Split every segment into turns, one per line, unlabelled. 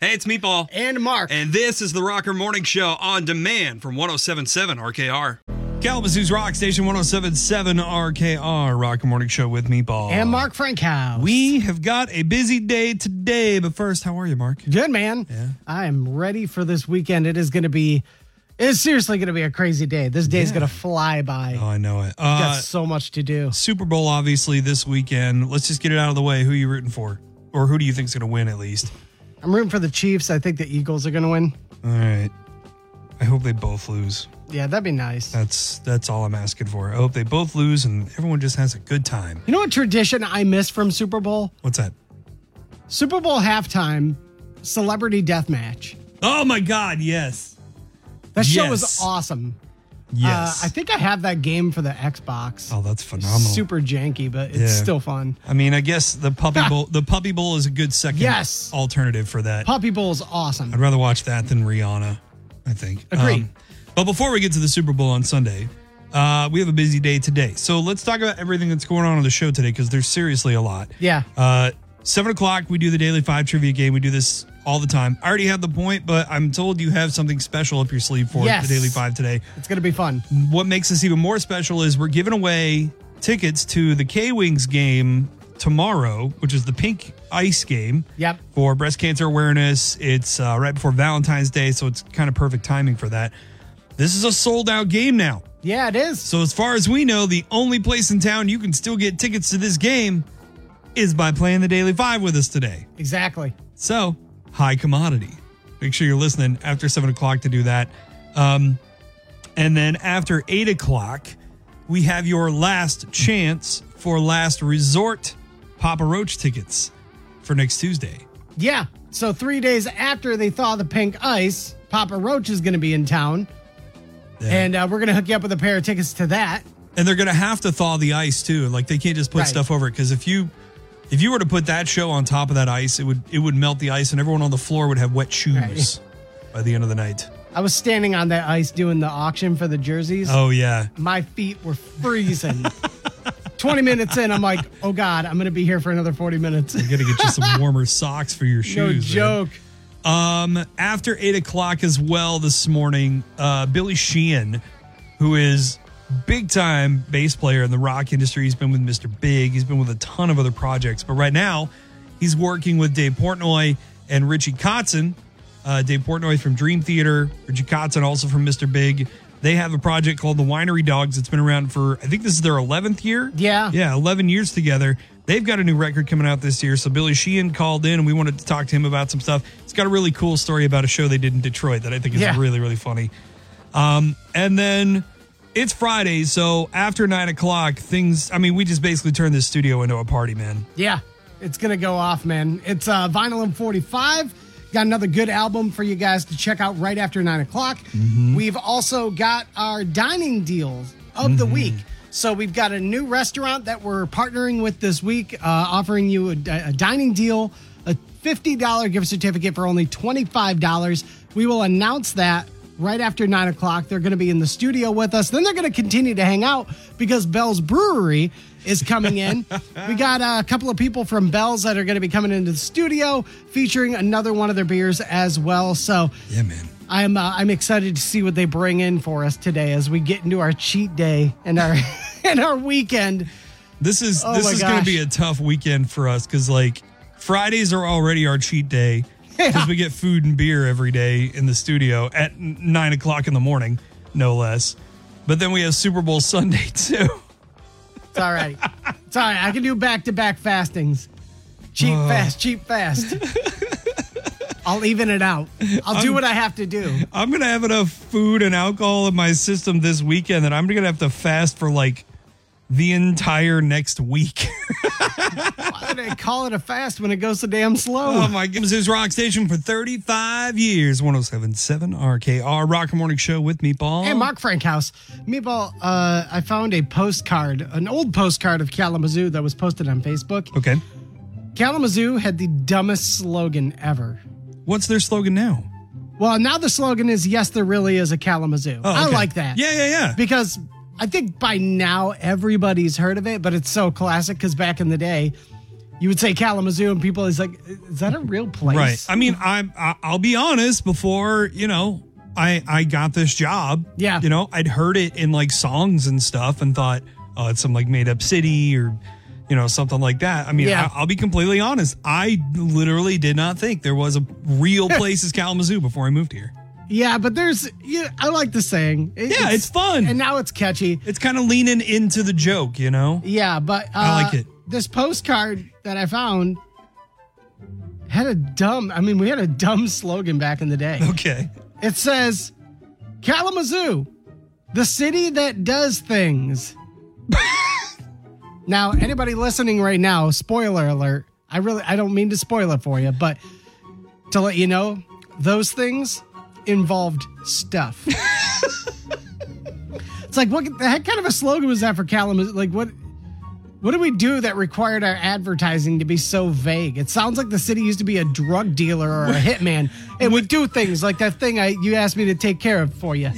Hey, it's Meatball.
And Mark.
And this is the Rocker Morning Show on demand from 1077 RKR. Kalamazoo's Rock Station 1077 RKR. Rocker Morning Show with Meatball.
and Mark Frankhouse.
We have got a busy day today, but first, how are you, Mark?
Good man. I am ready for this weekend. It is going to be. It's seriously going to be a crazy day. This day is going to fly by.
Oh, I know it.
Got
Uh,
so much to do.
Super Bowl, obviously, this weekend. Let's just get it out of the way. Who you rooting for? Or who do you think's going to win, at least?
I'm rooting for the Chiefs. I think the Eagles are going to win.
All right. I hope they both lose.
Yeah, that'd be nice.
That's that's all I'm asking for. I hope they both lose and everyone just has a good time.
You know what tradition I miss from Super Bowl?
What's that?
Super Bowl halftime, celebrity death match.
Oh my God! Yes,
Uh, That show was
Yes.
awesome.
yes.
Uh, I think I have that game for the Xbox.
oh, that's phenomenal.
Super janky, but it's
Yeah.
still fun.
I mean, I guess the puppy bowl. The puppy bowl is a good second
Yes.
alternative for that.
Puppy Bowl is awesome.
I'd rather watch that than Rihanna. I think. Um,
Agreed.
but before we get to the Super Bowl on Sunday, uh, we have a busy day today. So let's talk about everything that's going on on the show today because there's seriously a lot.
Yeah.
Uh, seven o'clock, we do the daily five trivia game. We do this all the time. I already have the point, but I'm told you have something special up your sleeve for
Yes.
the daily five today.
It's going to be fun.
What makes this even more special is we're giving away tickets to the K Wings game tomorrow, which is the pink ice game.
Yep.
For breast cancer awareness. It's uh, right before Valentine's Day, so it's kind of perfect timing for that. This is a sold out game now.
Yeah, it is.
So, as far as we know, the only place in town you can still get tickets to this game is by playing the Daily Five with us today.
Exactly.
So, high commodity. Make sure you're listening after seven o'clock to do that. Um, and then after eight o'clock, we have your last chance for last resort Papa Roach tickets for next Tuesday.
Yeah. So three days after they thaw the pink ice, Papa Roach is going to be in town,
Yeah.
and uh, we're going to hook you up with a pair of tickets to that.
and they're gonna have to thaw the ice too. Like they can't just put
Right.
stuff over it because if you if you were to put that show on top of that ice, it would it would melt the ice and everyone on the floor would have wet shoes by the end of the night.
I was standing on that ice doing the auction for the jerseys.
Oh yeah,
My feet were freezing. 20 minutes in, I'm like, oh God, I'm going to be here for another 40 minutes.
you gotta get you some warmer socks for your shoes.
no
man.
joke.
Um, after eight o'clock as well this morning, uh, Billy Sheehan, who is big time bass player in the rock industry, he's been with Mr. Big, he's been with a ton of other projects, but right now he's working with Dave Portnoy and Richie Kotzen. Uh, Dave Portnoy from Dream Theater, Richie Kotzen also from Mr. Big. They have a project called the Winery Dogs. It's been around for I think this is their eleventh year.
Yeah.
yeah, eleven years together. They've got a new record coming out this year. So Billy Sheehan called in, and we wanted to talk to him about some stuff. He's got a really cool story about a show they did in Detroit that I think is
Yeah.
really really funny. Um, and then it's Friday, so after nine o'clock, things. I mean, we just basically turned this studio into a party, man.
Yeah, it's gonna go off, man. It's uh, vinyl and 45. Got another good album for you guys to check out right after nine o'clock. We've also got our dining deals of the week. So we've got a new restaurant that we're partnering with this week, uh, offering you a, di- a dining deal, a fifty dollar gift certificate for only twenty five dollars. We will announce that right after nine o'clock. They're going to be in the studio with us. Then they're going to continue to hang out because Bell's Brewery is coming in. we got uh, a couple of people from Bell's that are going to be coming into the studio featuring another one of their beers as well. So
Yeah, man.
I'm uh, I'm excited to see what they bring in for us today as we get into our cheat day and our and our weekend.
This is
Oh
this
my
is going to
gosh.
be a tough weekend for us because like Fridays are already our cheat day because we get food and beer every day in the studio at n- nine o'clock in the morning, no less. But then we have Super Bowl Sunday too.
It's all right. It's all right. I can do back to back fastings. Cheap fast, cheap fast. I'll even it out. I'll do what I have to do.
I'm gonna have enough food and alcohol in my system this weekend that I'm gonna have to fast for like the entire next week.
Why do they call it a fast when it goes so damn slow?
Oh my goodness, this rock station for 35 years. 1077 RKR Rock and Morning Show with me, Paul.
Hey, Mark Frankhouse. Meatball, uh, I found a postcard, an old postcard of Kalamazoo that was posted on Facebook.
Okay.
Kalamazoo had the dumbest slogan ever.
What's their slogan now?
Well, now the slogan is yes, there really is a Kalamazoo.
Oh,
I
okay.
like that.
Yeah, yeah, yeah.
Because I think by now everybody's heard of it, but it's so classic because back in the day, you would say Kalamazoo, and people is like, is that a real place?
Right. I mean, I'm. I- I'll be honest. Before you know, I I got this job.
Yeah.
You know, I'd heard it in like songs and stuff, and thought, oh, it's some like made up city or, you know, something like that. I mean,
Yeah.
I, I'll be completely honest. I literally did not think there was a real place as Kalamazoo before I moved here.
Yeah, but there's. Yeah, I like the saying. It-
Yeah, it's fun.
and now it's catchy.
It's kind of leaning into the joke, you know.
Yeah, but uh,
I like it.
This postcard that I found had a dumb. I mean, we had a dumb slogan back in the day.
Okay.
It says, "Kalamazoo, the city that does things." now, anybody listening right now, spoiler alert. I really, I don't mean to spoil it for you, but to let you know, those things involved stuff. it's like what the heck kind of a slogan was that for Kalamazoo? Like what? What did we do that required our advertising to be so vague? It sounds like the city used to be a drug dealer or a hitman, and would do things like that thing I you asked me to take care of for you.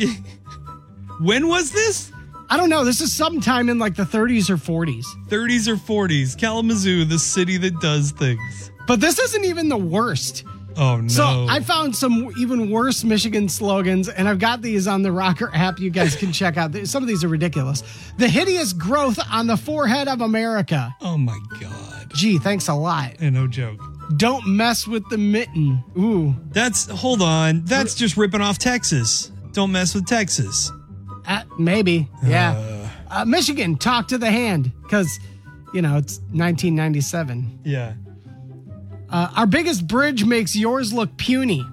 When was this?
I don't know. This is sometime in like the 30s or 40s.
30s or 40s? Kalamazoo, the city that does things.
But this isn't even the worst.
Oh no.
So I found some even worse Michigan slogans, and I've got these on the Rocker app. You guys can check out. Some of these are ridiculous. The hideous growth on the forehead of America.
oh my god.
Gee, thanks a lot.
Yeah, Eh, no joke.
Don't mess with the mitten. Ooh,
That's hold on. That's just ripping off Texas. Don't mess with Texas.
uh, maybe. Yeah. Uh, Michigan, talk to the hand, because you know it's 1997.
Yeah.
Uh, our biggest bridge makes yours look puny.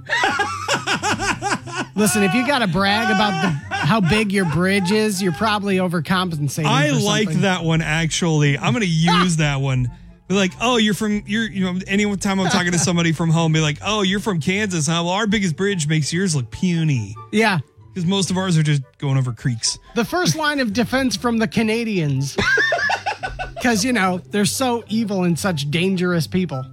Listen, if you got to brag about the, how big your bridge is, you're probably overcompensating.
I
for
like
something.
that one actually. I'm gonna use that one. Be like, oh, you're from you're you know any time I'm talking to somebody from home, be like, oh, you're from Kansas, huh? Well, our biggest bridge makes yours look puny.
Yeah.
Because most of ours are just going over creeks.
The first line of defense from the Canadians. Because, you know, they're so evil and such dangerous people.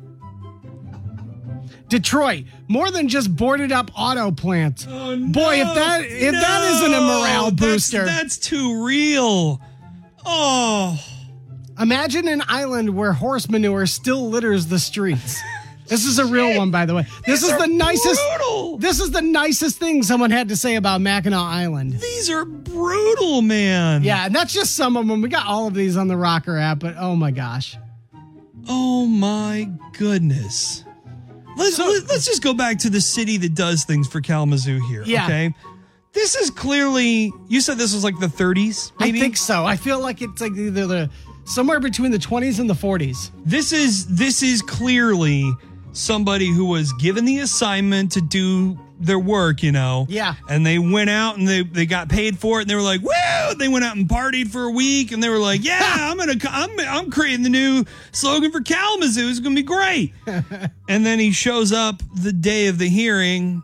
Detroit, more than just boarded up auto plants.
Oh,
Boy, if that if that isn't a morale
No, that's-
booster.
That's, too real. Oh,
Imagine an island where horse manure still litters the streets. This is a real one, by the way. This is
are
the nicest.
brutal.
This is the nicest thing someone had to say about Mackinac Island.
these are brutal, man.
Yeah, and that's just some of them. We got all of these on the Rocker app, but oh my gosh.
Oh my goodness. Let's let, us just go back to the city that does things for Kalamazoo here.
Yeah.
Okay. This is clearly you said this was like the 30s, maybe.
I think so. I feel like it's like either the somewhere between the 20s and the 40s.
this is this is clearly somebody who was given the assignment to do their work, you know.
Yeah.
And they went out and they, they got paid for it and they were like, "Woo!" They went out and partied for a week and they were like, "Yeah, I'm going to I'm I'm creating the new slogan for Kalamazoo. It's going to be great." and then he shows up the day of the hearing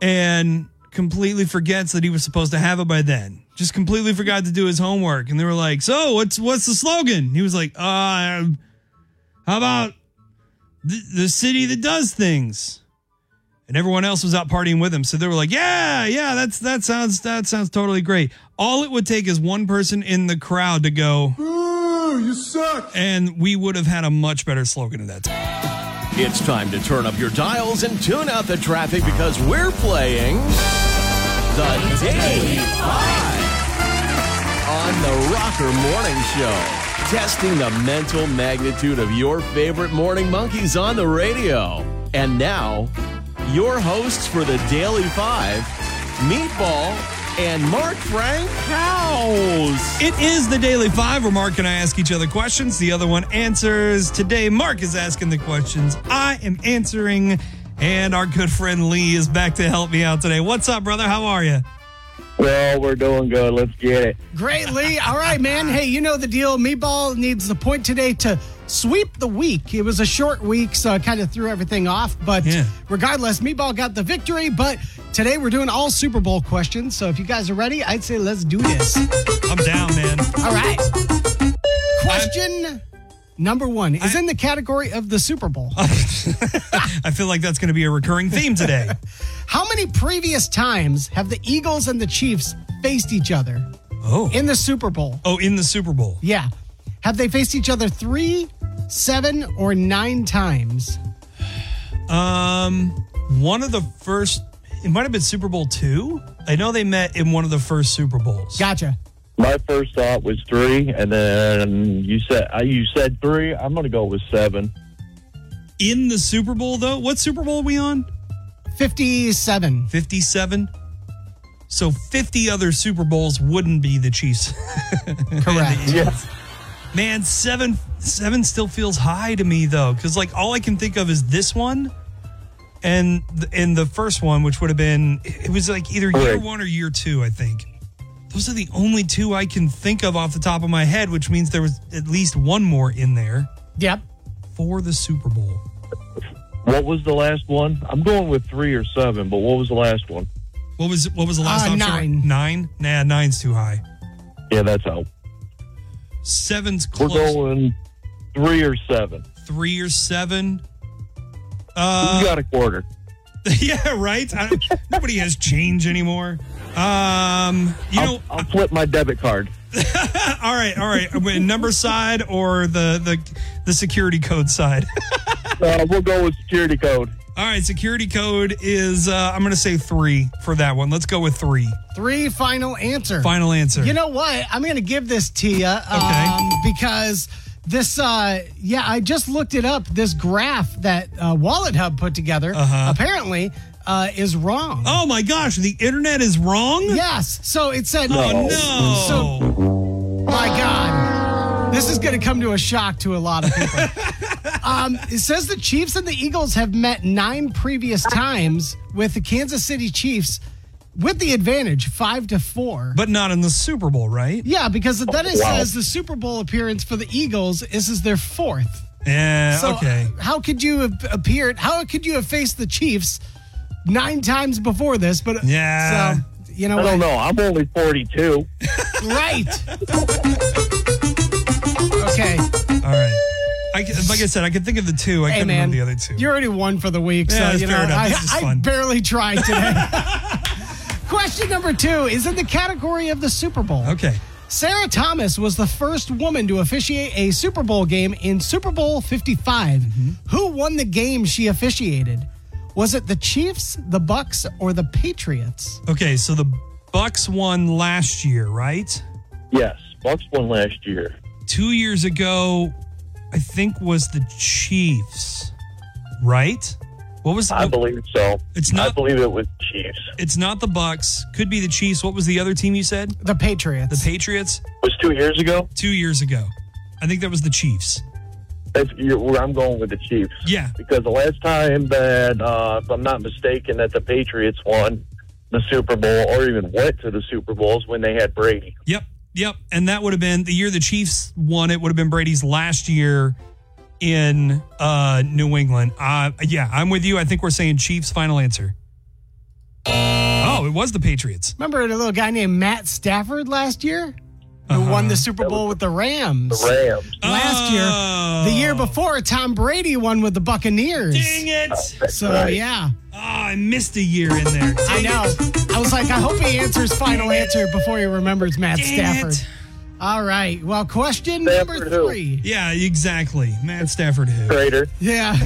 and completely forgets that he was supposed to have it by then. Just completely forgot to do his homework and they were like, "So, what's what's the slogan?" He was like, "Uh, how about the, the city that does things? And everyone else was out partying with him, so they were like, "Yeah, yeah, that's that sounds that sounds totally great." All it would take is one person in the crowd to go,
Ooh, you suck.
and we would have had a much better slogan at that time.
It's time to turn up your dials and tune out the traffic because we're playing the Daily Five on the Rocker Morning Show, testing the mental magnitude of your favorite morning monkeys on the radio. And now, your hosts for the Daily Five, Meatball and Mark Frank House.
It is the Daily Five, where Mark and I ask each other questions. The other one answers. Today, Mark is asking the questions. I am answering, and our good friend Lee is back to help me out today. What's up, brother? How are you?
Well, we're doing good. Let's get it.
Great, Lee. All right, man. Hey, you know the deal. Meatball needs the point today to sweep the week. It was a short week, so it kind of threw everything off. But
Yeah.
regardless, Meatball got the victory. But today we're doing all Super Bowl questions. So if you guys are ready, I'd say let's do this.
I'm down, man.
All right. Question number one is in the category of the Super Bowl.
Uh. I feel like that's going to be a recurring theme today.
How many previous times have the Eagles and the Chiefs faced each other
Oh.
in the Super Bowl?
Oh, in the Super Bowl.
Yeah. Have they faced each other three, seven, or nine times?
Um, one of the first, it might have been Super Bowl two. I know they met in one of the first Super Bowls.
Gotcha.
My first thought was three, and then you said uh, you said three. I'm going to go with seven.
in the Super Bowl though. What Super Bowl are we on?
57.
57. So 50 other Super Bowls wouldn't be the Chiefs.
Correct.
Yes.
Man, 7 7 still feels high to me though cuz like all I can think of is this one and th- and the first one which would have been it was like either year
Correct.
1 or year 2, I think. Those are the only two I can think of off the top of my head, which means there was at least one more in there
yep.
for the Super Bowl.
What was the last one? I'm going with three or seven, but what was the last one?
What was what was the last
Uh,
option?
nine.
Nine? Nah, nine's too high.
Yeah, that's out.
Seven's
We're
close.
going three or seven.
Three or seven.
you
Uh,
got a quarter.
yeah, right. I don't, nobody has change anymore. Um, you
I'll,
know,
I'll flip my debit card.
all right, all right. Wait, Number side or the the the security code side?
Uh, we'll go with security code.
all right, security code is uh, I'm going to say three for that one. Let's go with three.
Three final answer.
Final answer.
You know what? I'm going to give this to you um, because this, uh, yeah, I just looked it up. This graph that uh, Wallet Hub put together apparently uh, is wrong.
Uh-huh. oh my gosh, the internet is wrong.
Yes. So it said,
Oh
So
no.
My God. This is going to come to a shock to a lot of people. um, it says the Chiefs and the Eagles have met nine previous times with the Kansas City Chiefs with the advantage, five to four.
but not in the Super Bowl, right?
yeah, because then it
Wow.
says the Super Bowl appearance for the Eagles. This is their fourth.
Yeah.
So
okay.
how could you have appeared? How could you have faced the Chiefs nine times before this? But
Yeah.
so, you know
I
what?
don't know. I'm only 42.
Right. okay.
All right. I, c- like I said, I could think of the two. I
Hey
couldn't
man,
remember the other two.
you already won for the week,
Yeah,
so
that's
you know
fair enough.
I,
This is
I
fun.
barely tried today. Question number two is in the category of the Super Bowl.
okay.
Sarah Thomas was the first woman to officiate a Super Bowl game in Super Bowl 55.
Mm-hmm.
Who won the game she officiated? Was it the Chiefs, the Bucks, or the Patriots?
Okay, so the Bucks won last year, right?
Yes. Bucks won last year.
Two years ago, I think was the Chiefs, right? What was
I believe so.
It's
I
not-
believe it was Chiefs.
It's not the Bucks. Could be the Chiefs. What was the other team you said?
The
The
Patriots.
Patriots.
It was two years ago.
Two years ago, I think that was the Chiefs.
That's you're, where I'm going with the Chiefs.
Yeah.
Because the last time that, uh, if I'm not mistaken, that the Patriots won the Super Bowl or even went to the Super Bowls when they had Brady.
Yep. Yep. And that would have been the year the Chiefs won. It would have been Brady's last year in uh, New England. Uh, yeah, I'm with you. I think we're saying Chiefs. Final answer. Oh, it was the Patriots.
Remember a little guy named Matt Stafford last year who
Uh-huh.
won the Super Bowl with the Rams?
The Rams.
last year. The year
Oh.
before, Tom Brady won with the Buccaneers.
Dang it!
So
Right.
yeah,
Oh, I missed a year in there. Dang
I know.
it.
I was like, I hope he answers final answer before he remembers Matt
Dang
Stafford.
it.
All right. Well, question number
Stafford who?
three.
Yeah, exactly. Matt Stafford who
Trader.
Yeah.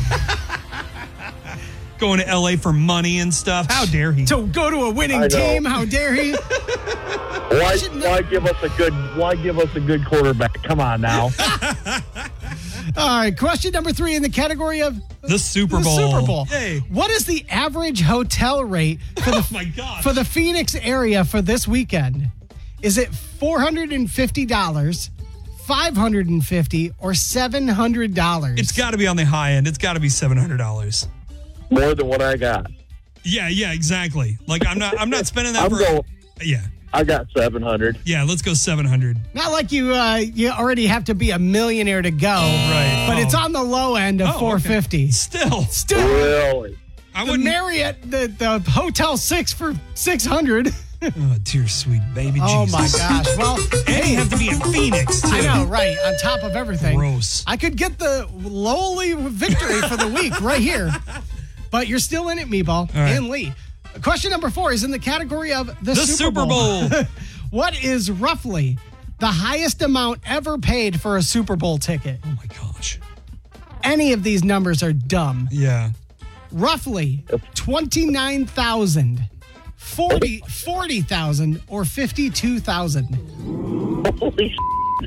going to LA for money and stuff. How dare he?
to go to a
I
winning
know.
team, how dare he?
Why, why give us a good? Why give us a good quarterback? Come on now.
All right. Question number three in the category of
the Super
the
Bowl.
Super Bowl.
Hey.
What is the average hotel rate for the
Oh my god.
for the Phoenix area for this weekend? Is it four hundred and fifty dollars, five hundred and fifty, or seven hundred dollars?
it's got to be on the high end. It's got to be seven hundred dollars.
More than what I got.
Yeah, yeah, exactly. Like I'm not, I'm not spending that.
I'm
for,
going.
Yeah,
I got seven hundred.
yeah. Let's go seven hundred.
not like you uh, you already have to be a millionaire to go,
Right.
But it's
Oh.
on the low end of
okay.
four fifty.
Still,
Still,
Really?
I
the
wouldn't.
Marriott, the the hotel six for six hundred.
oh, dear sweet baby
Oh
Jesus.
my gosh! Well,
And you have to be in Phoenix too.
I know, right? On top of everything.
Gross.
I could get the lowly victory for the week right here. But you're still in it, Meatball
right.
and Lee. Question number four is in the category of the,
The Super Bowl. Oh
what is roughly the highest amount ever paid for a Super Bowl ticket?
Oh my gosh.
any of these numbers are dumb.
Yeah.
Roughly 29,000, 40 40,000, or 52,000.
Holy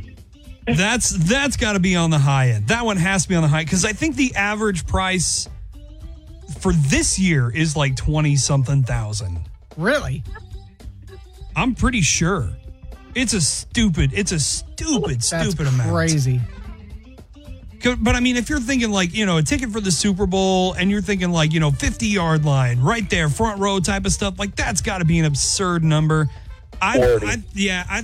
s***.
That's that's got to be on the high end. That one has to be on the high because I think the average price for this year is like twenty something thousand.
Really?
I'm pretty sure. It's a stupid. It's a stupid,
That's
stupid amount.
crazy.
Co- But I mean, if you're thinking like you know a ticket for the Super Bowl, and you're thinking like you know 50 yard line, right there, front row type of stuff, like that's got to be an absurd number. I,
40.
I yeah. I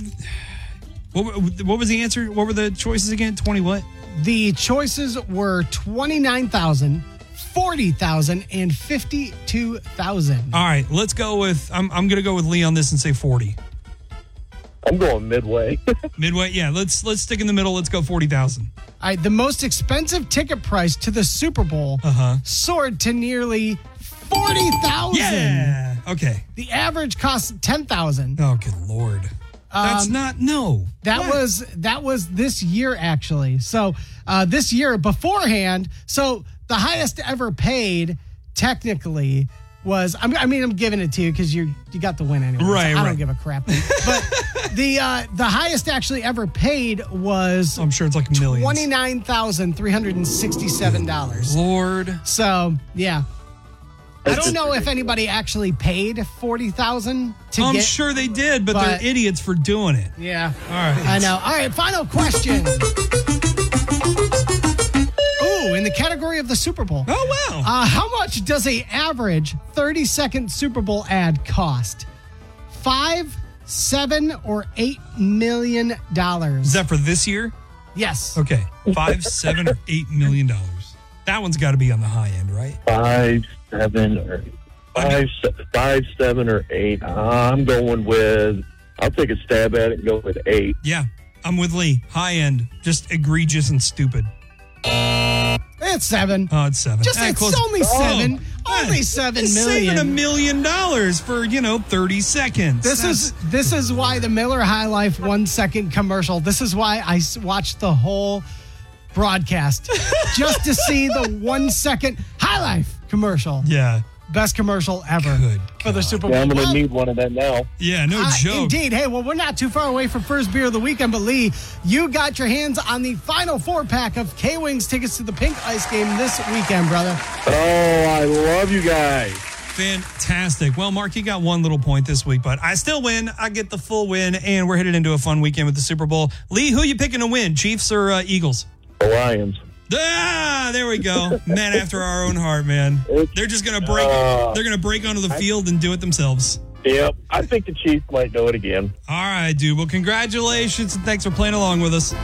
what, wa- what was the answer? What were the choices again? 20 what?
The choices were 29,000, 40,000, and 52,000.
All right, let's go with. I'm I'm gonna go with Lee on this and say 40.
I'm going midway.
Midway, yeah. Let's let's stick in the middle. Let's go forty thousand.
All right, the most expensive ticket price to the Super Bowl
Uh-huh.
soared to nearly 40,000.
Yeah. Okay.
The average cost 10,000.
Oh, good lord.
Um,
That's not no.
That
What?
was that was this year actually. So uh, this year beforehand, so the highest ever paid technically was I'm, I mean I'm giving it to you because you you got the win anyway. so
Right,
I don't
right.
give a crap. But the uh, the highest actually ever paid was
I'm sure it's like millions.
twenty nine thousand three hundred and sixty seven dollars.
Lord.
So yeah. I don't know if anybody actually paid forty thousand to
I'm
get.
sure they did, but,
but-
they're idiots for doing it.
Yeah.
All right.
I know. All right, final question. Ooh, in the category of the Super Bowl.
Oh wow.
Uh, how much does a average 30 second Super Bowl ad cost? Five, seven, or eight million dollars?
Is that for this year?
yes.
Okay. Five, seven, or eight million dollars. That one's got to be on the high end, right?
Five, seven, or five, se- five, seven, or eight. I'm going with. I'll take a stab at it and go with eight.
Yeah. I'm with Lee. High end, just egregious and stupid.
It's seven.
Oh, it's seven.
Just
Eh,
it's
close.
only seven.
Oh,
Only
yeah.
seven
It's
million.
Saving a million dollars for you know thirty seconds.
This is this is why the Miller High Life one second commercial. This is why I s- watched the whole broadcast just to see the one second High Life commercial.
yeah,
Best commercial ever
Good
for the Super Bowl.
Yeah, I'm going to
Well,
need one of that now.
yeah, no
uh,
joke.
Indeed. Hey, well, we're not too far away from first beer of the weekend, but Lee, you got your hands on the final four pack of K Wings tickets to the Pink Ice game this weekend, brother.
Oh, I love you guys.
Fantastic. Well, Mark, you got one little point this week, but I still win. I get the full win, and we're headed into a fun weekend with the Super Bowl. Lee, who you picking to win, Chiefs or uh, Eagles?
The Lions.
Ah, there we go. Men after our own heart, man. They're just gonna break.
Uh,
they're gonna break onto the field and do it themselves.
Yep. I think the Chiefs might do it again.
All right, dude. Well, congratulations and thanks for playing along with us.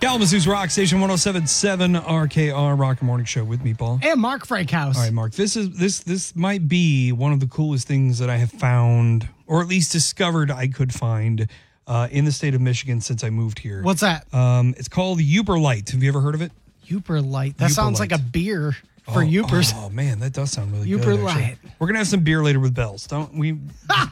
Kalamazoo's Rock Station 1077 RKR Rock and Morning Show with me, Paul.
And Mark Frankhouse.
All right, Mark. This is this this might be one of the coolest things that I have found, or at least discovered I could find uh, in the state of Michigan since I moved here.
What's that?
Um, it's called the Uberlite. Have you ever heard of it?
Uper Light. That sounds
Light.
like a beer for
oh,
Upers.
Oh man, that does sound really good.
Uber
actually.
Light.
We're gonna have some beer later with bells. Don't we?
Ah!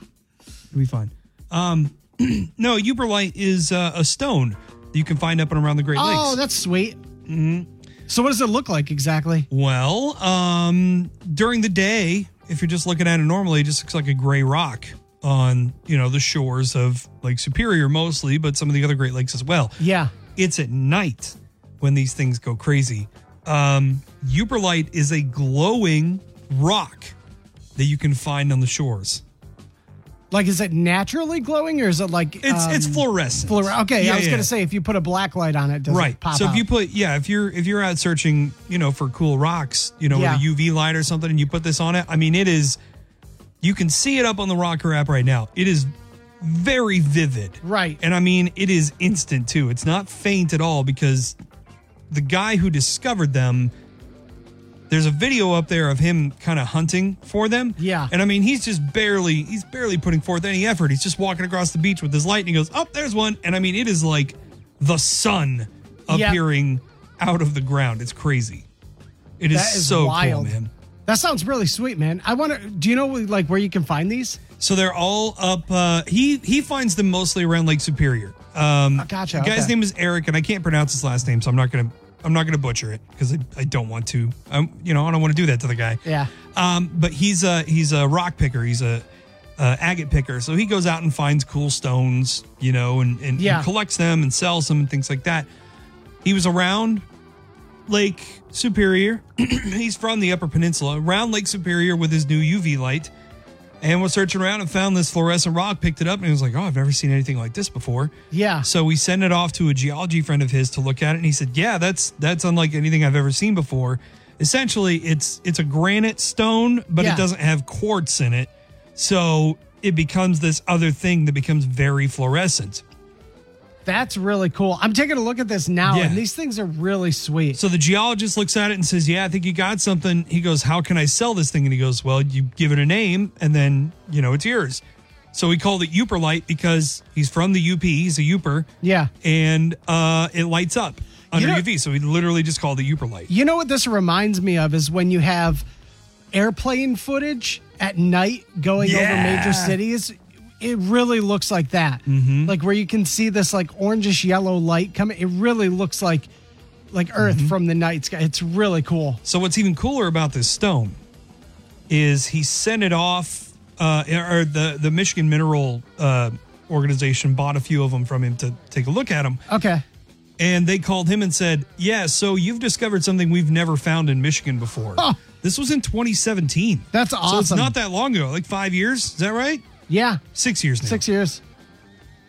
It'll be fine. Um, no, Uberlite is uh, a stone that you can find up and around the Great Lakes.
Oh, that's sweet.
Mm-hmm.
So, what does it look like exactly?
Well, um, during the day, if you're just looking at it normally, it just looks like a gray rock on, you know, the shores of Lake Superior mostly, but some of the other Great Lakes as well.
Yeah.
It's at night when these things go crazy. Um, Uberlite is a glowing rock that you can find on the shores.
Like, is it naturally glowing or is it like
It's it's
um,
fluorescent.
fluor- Okay,
Yeah,
I was
yeah.
gonna say if you put a black light on it, does
right.
it pop
so if you
out?
put yeah, if you're if you're out searching, you know, for cool rocks, you know,
Yeah.
with a UV light or something, and you put this on it, I mean, it is. You can see it up on the rocker app right now. It is very vivid.
Right.
And I mean, it is instant too. It's not faint at all because the guy who discovered them, there's a video up there of him kind of hunting for them.
Yeah.
And I mean, he's just barely, he's barely putting forth any effort. He's just walking across the beach with his light and he goes, oh, there's one. And I mean, it is like the sun
Yeah.
appearing out of the ground. It's crazy. It is,
That is
so
wild.
cool, man.
that sounds really sweet, man. I want to. Do you know like where you can find these?
So they're all up. Uh, he he finds them mostly around Lake Superior. Um,
Oh, gotcha,
The guy's
okay.
name is Eric, and I can't pronounce his last name, so I'm not gonna I'm not gonna butcher it because I, I don't want to. I'm you know I don't want to do that to the guy.
Yeah.
Um, but he's a he's a rock picker. He's a uh, agate picker. So he goes out and finds cool stones, you know, and and,
Yeah.
and collects them and sells them and things like that. He was around Lake Superior. He's from the Upper Peninsula, around Lake Superior with his new UV light, and was searching around and found this fluorescent rock. Picked it up and he was like, "Oh, I've never seen anything like this before."
Yeah.
So we sent it off to a geology friend of his to look at it, and he said, "Yeah, that's that's unlike anything I've ever seen before. Essentially, it's it's a granite stone, but
Yeah.
it doesn't have quartz in it, so it becomes this other thing that becomes very fluorescent."
That's really cool. I'm taking a look at this now,
Yeah.
and these things are really sweet.
So the geologist looks at it and says, "Yeah, I think you got something." He goes, "How can I sell this thing?" And he goes, "Well, you give it a name, and then you know it's yours." So he called it Uperlite because he's from the UP. He's a Uper.
Yeah.
and uh, it lights up under
know-
UV. So we literally just call it the Uper light.
You know what this reminds me of is when you have airplane footage at night going over
Yeah.
major cities. It really looks like that,
Mm-hmm.
like where you can see this like orangish yellow light coming. It really looks like like Earth
Mm-hmm.
from the night sky. It's really cool.
So what's even cooler about this stone is he sent it off, uh, or the the Michigan Mineral uh, Organization bought a few of them from him to take a look at them,
Okay,
and they called him and said, "Yeah, so you've discovered something we've never found in Michigan before."
Huh.
This was in 2017.
That's
So it's
awesome.
not that long ago, like five years. Is that right?
yeah,
Six years now.
six years.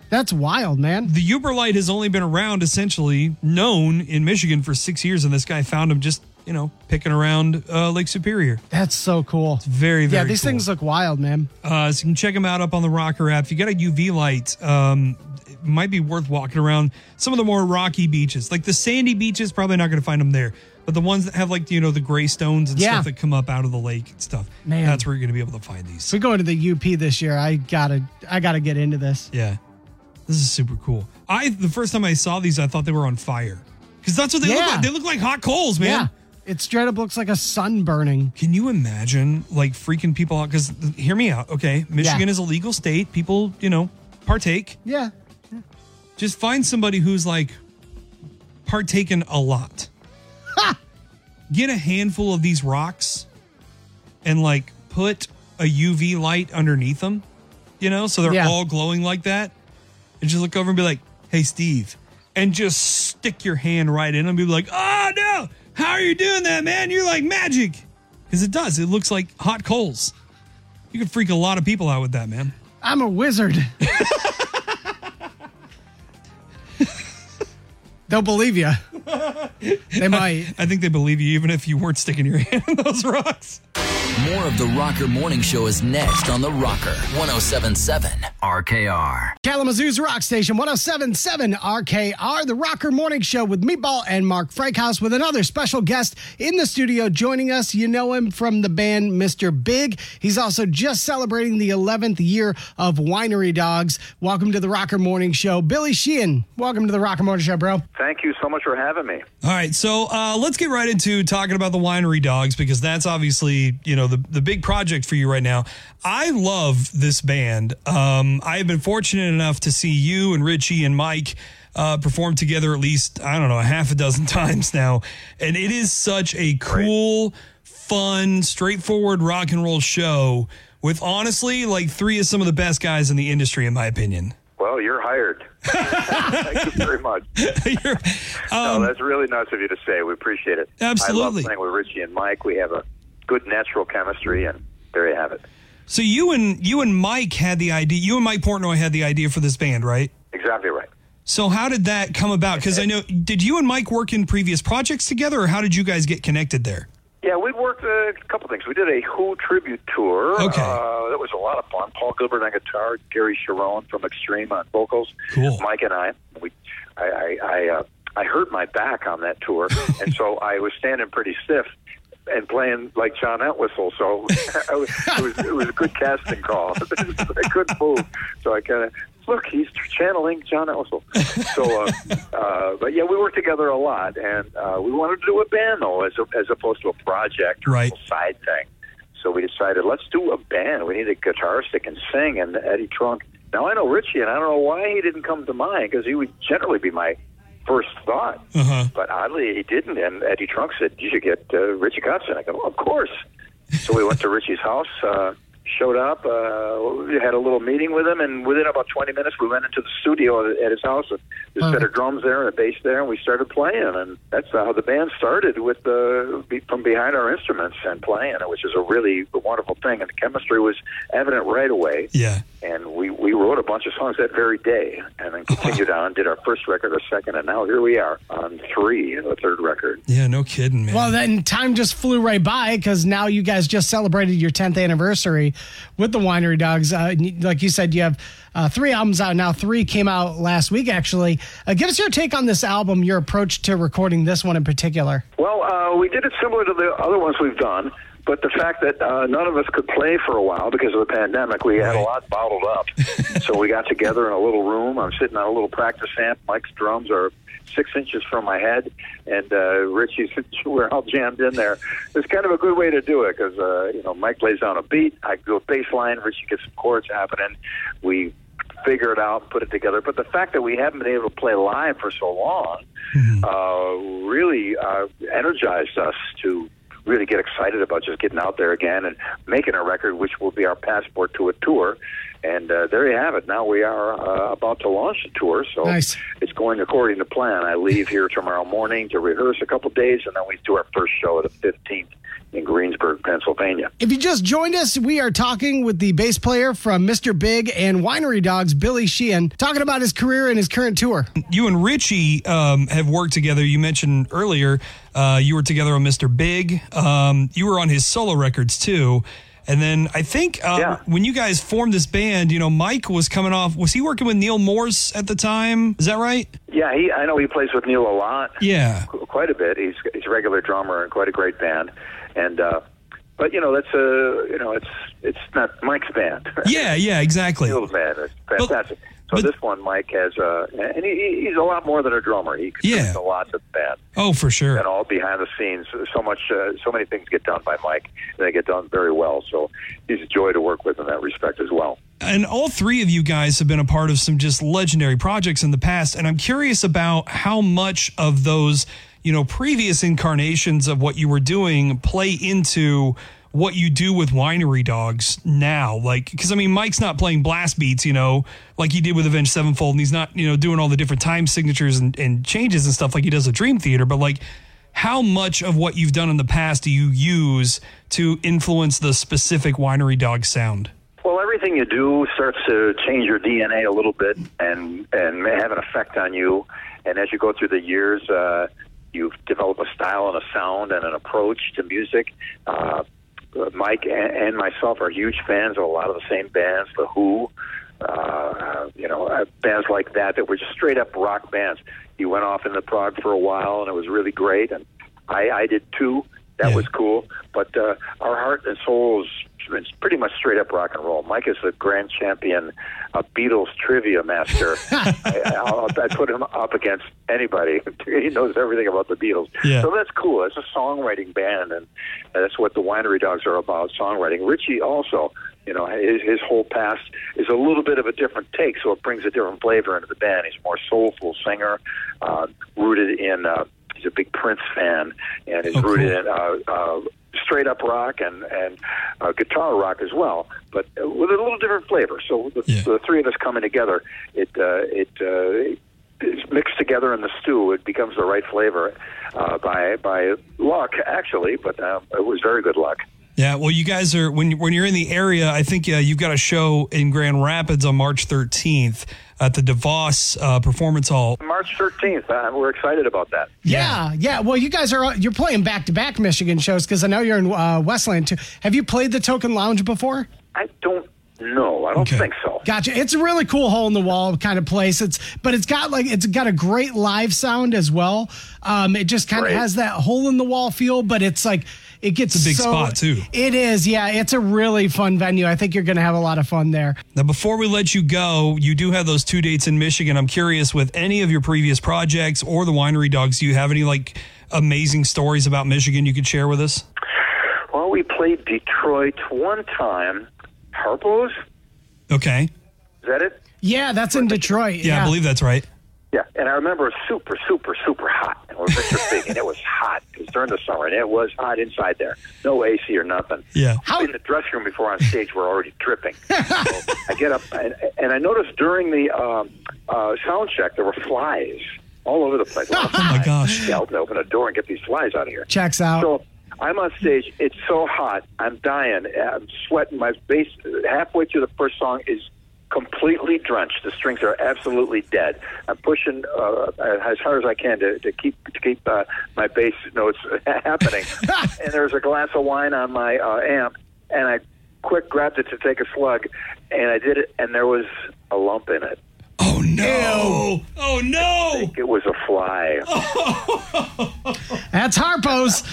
That's wild, man.
the Uber light has only been around essentially known in Michigan for six years, and this guy found him just you know picking around uh, Lake Superior.
That's so cool.
Very very
yeah, these
cool.
things look wild, man.
Uh, so you can check them out up on the Rocker app. If you got a UV light, um, it might be worth walking around some of the more rocky beaches, like the sandy beaches. Probably not going to find them there, but the ones that have like you know the gray stones and
Yeah.
stuff that come up out of the lake and stuff.
Man.
that's where you're going to be able to find these.
If we go into the UP this year, I gotta I gotta get into this.
Yeah, this is super cool. I the first time I saw these, I thought they were on fire because that's what they
Yeah.
look like. They look like hot coals, man.
Yeah. It straight up looks like a sun burning.
Can you imagine like freaking people out? Because hear me out, okay? Michigan
Yeah.
is a legal state. People, you know, partake.
Yeah.
Just find somebody who's like partaken a lot. Get a handful of these rocks and like put a UV light underneath them, you know, so they're
Yeah.
all glowing like that. And just look over and be like, hey, Steve. And just stick your hand right in and be like, oh no, how are you doing that, man? You're like magic. Because it does. It looks like hot coals. You could freak a lot of people out with that, man.
I'm a wizard. They'll believe you. They might.
I think they believe you even if you weren't sticking your hand in those rocks.
More of the Rocker Morning Show is next on the Rocker 1077 RKR.
Kalamazoo's Rock Station 1077 RKR, the Rocker Morning Show with Meatball and Mark Frankhouse with another special guest in the studio joining us. You know him from the band Mr. Big. He's also just celebrating the 11th year of Winery Dogs. Welcome to the Rocker Morning Show. Billy Sheehan, welcome to the Rocker Morning Show, bro.
Thank you so much for having me.
All right, so uh, let's get right into talking about the winery dogs because that's obviously you know the the big project for you right now. I love this band. Um, I have been fortunate enough to see you and Richie and Mike uh, perform together at least I don't know a half a dozen times now, and it is such a cool, fun, straightforward rock and roll show with honestly like three of some of the best guys in the industry in my opinion.
Well, you're hired. Thank you very much.
You're-
no, that's really nice of you to say. We appreciate it.
Um, Absolutely.
I love playing with Richie and Mike. We have a good natural chemistry, and there you have it.
So you and you and Mike had the idea. You and Mike Portnoy had the idea for this band, right?
Exactly right.
So how did that come about? Because I know did you and Mike work in previous projects together, or how did you guys get connected there?
Yeah, we worked uh, a couple things. We did a Who tribute tour.
Okay.
Uh, that was a lot of fun. Paul Gilbert on guitar, Gary Sharon from Extreme on vocals.
Cool.
Mike and I. We, I, I, I, uh, I hurt my back on that tour, and so I was standing pretty stiff and playing like John Entwistle. So I was, it, was, it was a good casting call. I couldn't move, so I kind of. Look, he's channeling John Entwistle. So, uh, uh, but yeah, we worked together a lot, and uh, we wanted to do a band though, as, a, as opposed to a project or
Right.
side thing. So we decided, let's do a band. We need a guitarist that can sing. And Eddie Trunk. Now I know Richie, and I don't know why he didn't come to mind because he would generally be my first thought. But oddly, he didn't. And Eddie Trunk said, "You should get uh, Richie Kotzen." I go, "Of course." so we went to Richie's house. Uh, Showed up, uh, we had a little meeting with him, and within about 20 minutes, we went into the studio at his house. And there's a set of drums there and a bass there, and we started playing. And that's how the band started with uh, be from behind our instruments and playing, which is a really wonderful thing. And the chemistry was evident right away
Yeah.
and we, we wrote a bunch of songs that very day and then continued on, did our first record, our second, and now here we are on three, the third record.
Yeah, no kidding, man.
Well, then time just flew right by because now you guys just celebrated your 10th anniversary with the Winery Dogs. Uh, and you- like you said, you have uh, three albums out now. Three came out last week, actually. Uh, give us your take on this album, your approach to recording this one in particular.
Well, uh, we did it similar to the other ones we've done, but the fact that uh, none of us could play for a while because of the pandemic, we had a lot bottled up. so we got together in a little room. I'm sitting on a little practice amp. Mike's drums are six inches from my head, and uh, Richie's, we're all jammed in there. It's kind of a good way to do it because, uh, you know, Mike lays down a beat, I do a bass line, Richie gets some chords happening. We figure it out, put it together. But the fact that we haven't been able to play live for so long uh, really uh, energized us to really get excited about just getting out there again and making a record, which will be our passport to a tour. And uh, there you have it. Now we are uh, about to launch the tour, so
Nice.
it's going according to plan. I leave here tomorrow morning to rehearse a couple days, and then we do our first show the 15th in Greensburg, Pennsylvania.
If you just joined us, we are talking with the bass player from Mr. Big and Winery Dogs, Billy Sheehan, talking about his career and his current tour.
you and Richie um, have worked together. You mentioned earlier uh, you were together on Mr. Big. Um, you were on his solo records too. And then I think uh,
Yeah.
when you guys formed this band, you know, Mike was coming off. Was he working with Neil Morse at the time? Is that right?
Yeah, he, I know he plays with Neil a lot.
Yeah.
qu- quite a bit. He's he's a regular drummer and quite a great band, and uh, but you know that's a you know it's it's not Mike's band.
Yeah, yeah, exactly.
Bill's band. It's fantastic.
but-
so this one, Mike has, uh, and he- he, he's a lot more than a drummer. He
Yeah.
contributes a lot to the band
Oh, for sure.
and all behind the scenes. So much, uh, so many things get done by Mike, and they get done very well. So he's a joy to work with in that respect as well.
And all three of you guys have been a part of some just legendary projects in the past. And I'm curious about how much of those, you know, previous incarnations of what you were doing play into what you do with Winery Dogs now. Like, because I mean, Mike's not playing blast beats, you know, like he did with Avenged Sevenfold, and he's not, you know, doing all the different time signatures and, and changes and stuff like he does with Dream Theater. But like, how much of what you've done in the past do you use to influence the specific Winery Dog sound?
Well, everything you do starts to change your DNA a little bit and and may have an effect on you. And as you go through the years, uh, you've developed a style and a sound and an approach to music. Uh, Mike and, and myself are huge fans of a lot of the same bands, The Who, uh, you know, uh, bands like that that were just straight up rock bands. You went off in the prog for a while, and it was really great. And I, I did too. That
Yeah.
was cool. But uh, our heart and soul is it's pretty much straight up rock and roll. Mike is the grand champion, a Beatles trivia master. I, I'll, I put him up against anybody. he knows everything about the Beatles.
Yeah.
So that's cool. It's a songwriting band, and that's what the Winery Dogs are about songwriting. Richie also, you know, his, his whole past is a little bit of a different take, so it brings a different flavor into the band. He's a more soulful singer, uh, rooted in. Uh, he's a big Prince fan, and is
Oh, cool.
rooted in uh, uh, straight up rock and and uh, guitar rock as well, but with a little different flavor. So the,
Yeah.
the three of us coming together, it uh, it. Uh, it's mixed together in the stew, it becomes the right flavor uh, by by luck, actually. But uh, it was very good luck.
Yeah, well, you guys are when when you're in the area. I think uh, you've got a show in Grand Rapids on March 13th at the DeVos uh, Performance Hall.
March thirteenth, uh, we're excited about that.
Yeah.
Yeah, yeah. Well, you guys are you're playing back to back Michigan shows because I know you're in uh, Westland too. Have you played the Token Lounge before?
I don't know. I don't
Okay.
think so.
Gotcha. It's a really cool hole in the wall kind of place. It's but it's got like it's got a great live sound as well. Um, it just kind of
Right.
has that hole in the wall feel, but it's like it gets
It's a big
so-
spot, too.
It is. Yeah, it's a really fun venue. I think you're going to have a lot of fun there.
Now, before we let you go, you do have those two dates in Michigan. I'm curious with any of your previous projects or the Winery Dogs. Do you have any like amazing stories about Michigan you could share with us?
Well, we we played Detroit one time. Harpo's?
Okay.
Is that it?
Yeah, that's in Detroit.
Yeah, I believe that's right.
Yeah, and I remember it was super, super, super hot. It was Mr. Big, and it was hot. It was during the summer, and it was hot inside there. No AC or nothing.
Yeah.
How-
In the dressing room before on stage, we're already dripping. so I get up, and, and I noticed during the um, uh, sound check, there were flies all over the place. Oh,
my gosh.
Yeah, open, open a door and get these flies out of here.
Checks out.
So I'm on stage. It's so hot. I'm dying. I'm sweating. My bass, halfway through the first song, is completely drenched. The strings are absolutely dead. I'm pushing uh, as hard as I can to, to keep to keep uh, my bass notes happening. and there's a glass of wine on my uh, amp, and I quick grabbed it to take a slug, and I did it, and there was a lump in it.
Oh no! Oh no!
It was a fly.
That's Harpo's.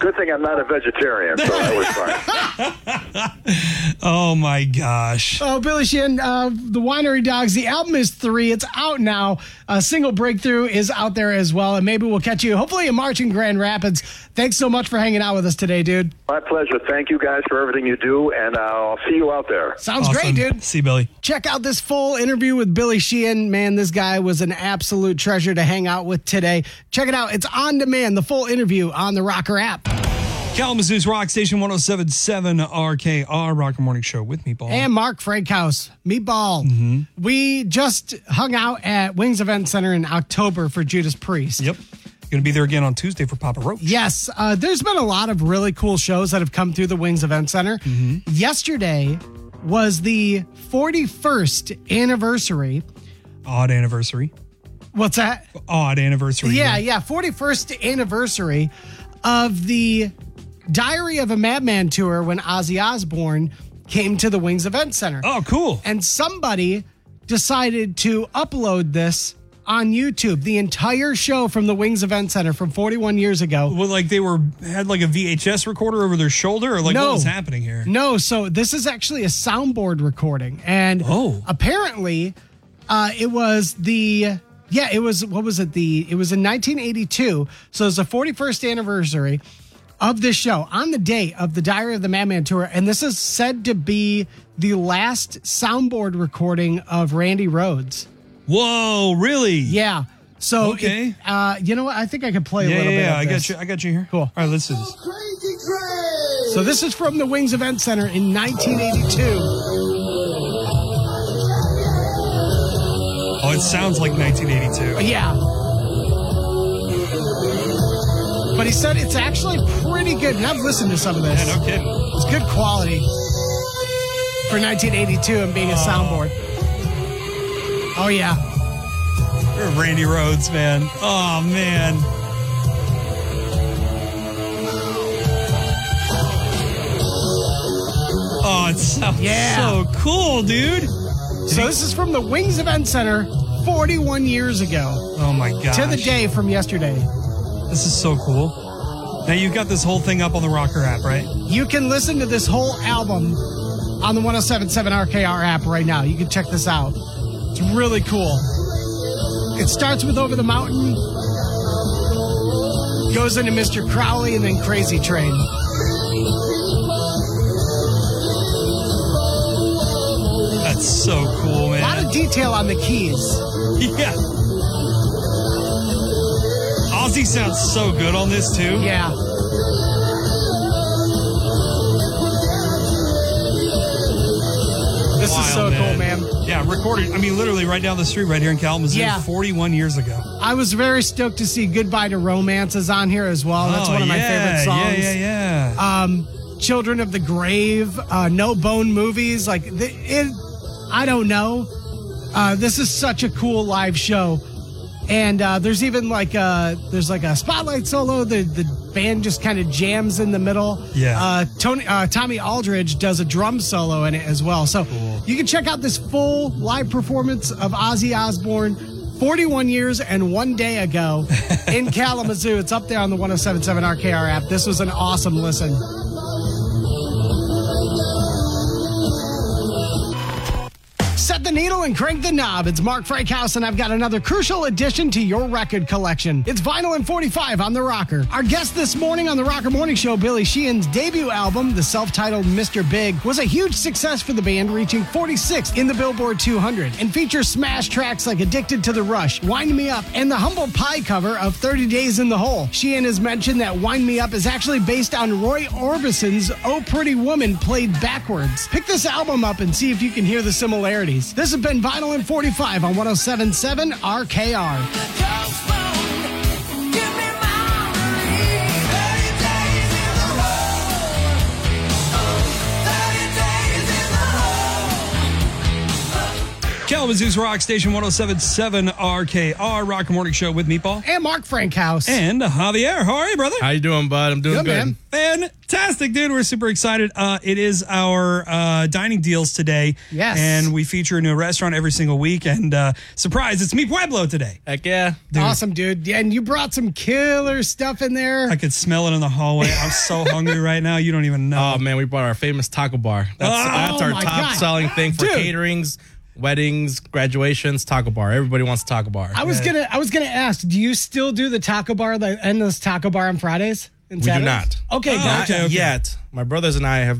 Good thing I'm not a vegetarian, so that was fine.
Oh my gosh!
Oh, Billy Sheehan, uh, the Winery Dogs. The album is three. It's out now. A single breakthrough is out there as well. And maybe we'll catch you hopefully in March in Grand Rapids. Thanks so much for hanging out with us today, dude.
My pleasure. Thank you guys for everything you do, and uh, I'll see you out there.
Sounds
Awesome.
great, dude.
See you, Billy.
Check out this full interview with Billy Sheehan. Man, this guy was an absolute treasure to hang out with today. Check it out. It's on demand, the full interview on the Rocker app.
Kalamazoo's Rock Station 1077 RKR Rock and Morning Show with me, Paul.
And Mark Frankhouse, Meatball. We just hung out at Wings Event Center in October for Judas Priest.
yep. Gonna be there again on Tuesday for Papa Roach.
Yes, uh, there's been a lot of really cool shows that have come through the Wings Event Center. Yesterday was the 41st anniversary.
Odd anniversary.
What's that?
Odd anniversary.
Yeah, yeah, 41st anniversary of the Diary of a Madman tour when Ozzy Osbourne came to the Wings Event Center.
Oh, cool.
And somebody decided to upload this on YouTube, the entire show from the Wings Event Center from 41 years ago.
Well, like they were had like a VHS recorder over their shoulder, or like
No.
what was happening here?
No, so this is actually a soundboard recording, and
Oh.
apparently, uh, it was the yeah, it was what was it the it was in 1982, so it's the 41st anniversary of this show on the day of the Diary of the Madman tour, and this is said to be the last soundboard recording of Randy Rhodes.
Whoa, really?
Yeah, so
Okay.
it- uh, you know what? I think I could play a
Yeah, yeah,
little bit.
yeah,
of
I
this.
got you. I got you here.
Cool.
All right, let's do this.
Crazy Craig!
So this is from the Wings Event Center in 1982.
Oh, it sounds like 1982.
Yeah. But he said it's actually pretty good. And I've listened to some of this.
Yeah, no kidding.
It's good quality for 1982 and being a soundboard. Oh, yeah.
Randy Rhodes, man. Oh man. Oh, it sounds
Yeah.
so cool, dude.
So this is from the Wings Event Center 41 years ago
Oh my god.
to the day from yesterday.
This is so cool. Now you've got this whole thing up on the Rocker app, right?
You can listen to this whole album on the 1077 RKR app right now. You can check this out. It's really cool. It starts with Over the Mountain, goes into Mr. Crowley, and then Crazy Train.
That's so cool,
A lot
man.
of detail on the keys.
Yeah. Ozzy sounds so good on this too.
Yeah. This is so
Wild,
cool, man.
Yeah, recorded. I mean, literally right down the street, right here in Kalamazoo,
Yeah.
41 years ago.
I was very stoked to see Goodbye to Romance is on here as well. That's
Oh,
one of my
yeah,
favorite songs.
Yeah, yeah, yeah.
um, Children of the Grave, uh, No Bone movies. Like, th- it, I don't know. Uh, this is such a cool live show, and uh, there's even like a there's like a spotlight solo. The the band just kind of jams in the middle.
Yeah.
Uh, Tony uh, Tommy Aldridge does a drum solo in it as well. So you can check out this full live performance of Ozzy Osbourne. 41 years and one day ago in Kalamazoo. It's up there on the 1077 RKR app. This was an awesome listen. Set the needle and crank the knob. It's Mark Frankhouse, and I've got another crucial addition to your record collection. It's Vinyl and 45 on The Rocker. Our guest this morning on The Rocker Morning Show, Billy Sheehan's debut album, the self titled Mr. Big, was a huge success for the band, reaching 46th in the Billboard 200 and features smash tracks like Addicted to the Rush, Wind Me Up, and the Humble Pie cover of 30 Days in the Hole. Sheehan has mentioned that Wind Me Up is actually based on Roy Orbison's Oh Pretty Woman played backwards. Pick this album up and see if you can hear the similarities. This has been Vinyl and 45 on 1077 RKR.
Kalamazoo's Rock Station 1077 RKR Rock Morning Show with Meatball
And Mark Frankhouse.
and Javier. How are you, brother?
How you doing, bud? I'm doing
Good,
good.
man.
Fantastic, dude. We're super excited. Uh, it is our uh, dining deals today.
Yes.
And we feature a new restaurant every single week. And uh, surprise, it's Mi Pueblo today.
Heck yeah.
Awesome, dude. Yeah, and you brought some killer stuff in there.
I could smell it in the hallway. I'm so hungry right now. You don't even know.
Oh man, we brought our famous taco bar. That's,
Oh,
that's our
my
top
God.
selling thing for
Dude.
caterings, weddings, graduations, taco bar. Everybody wants a taco bar.
I was gonna I was gonna ask, do you still do the taco bar, the endless taco bar on Fridays? And
We do
Saturdays?
not.
Okay,
Not
gotcha.
okay.
yet. My brothers and I have.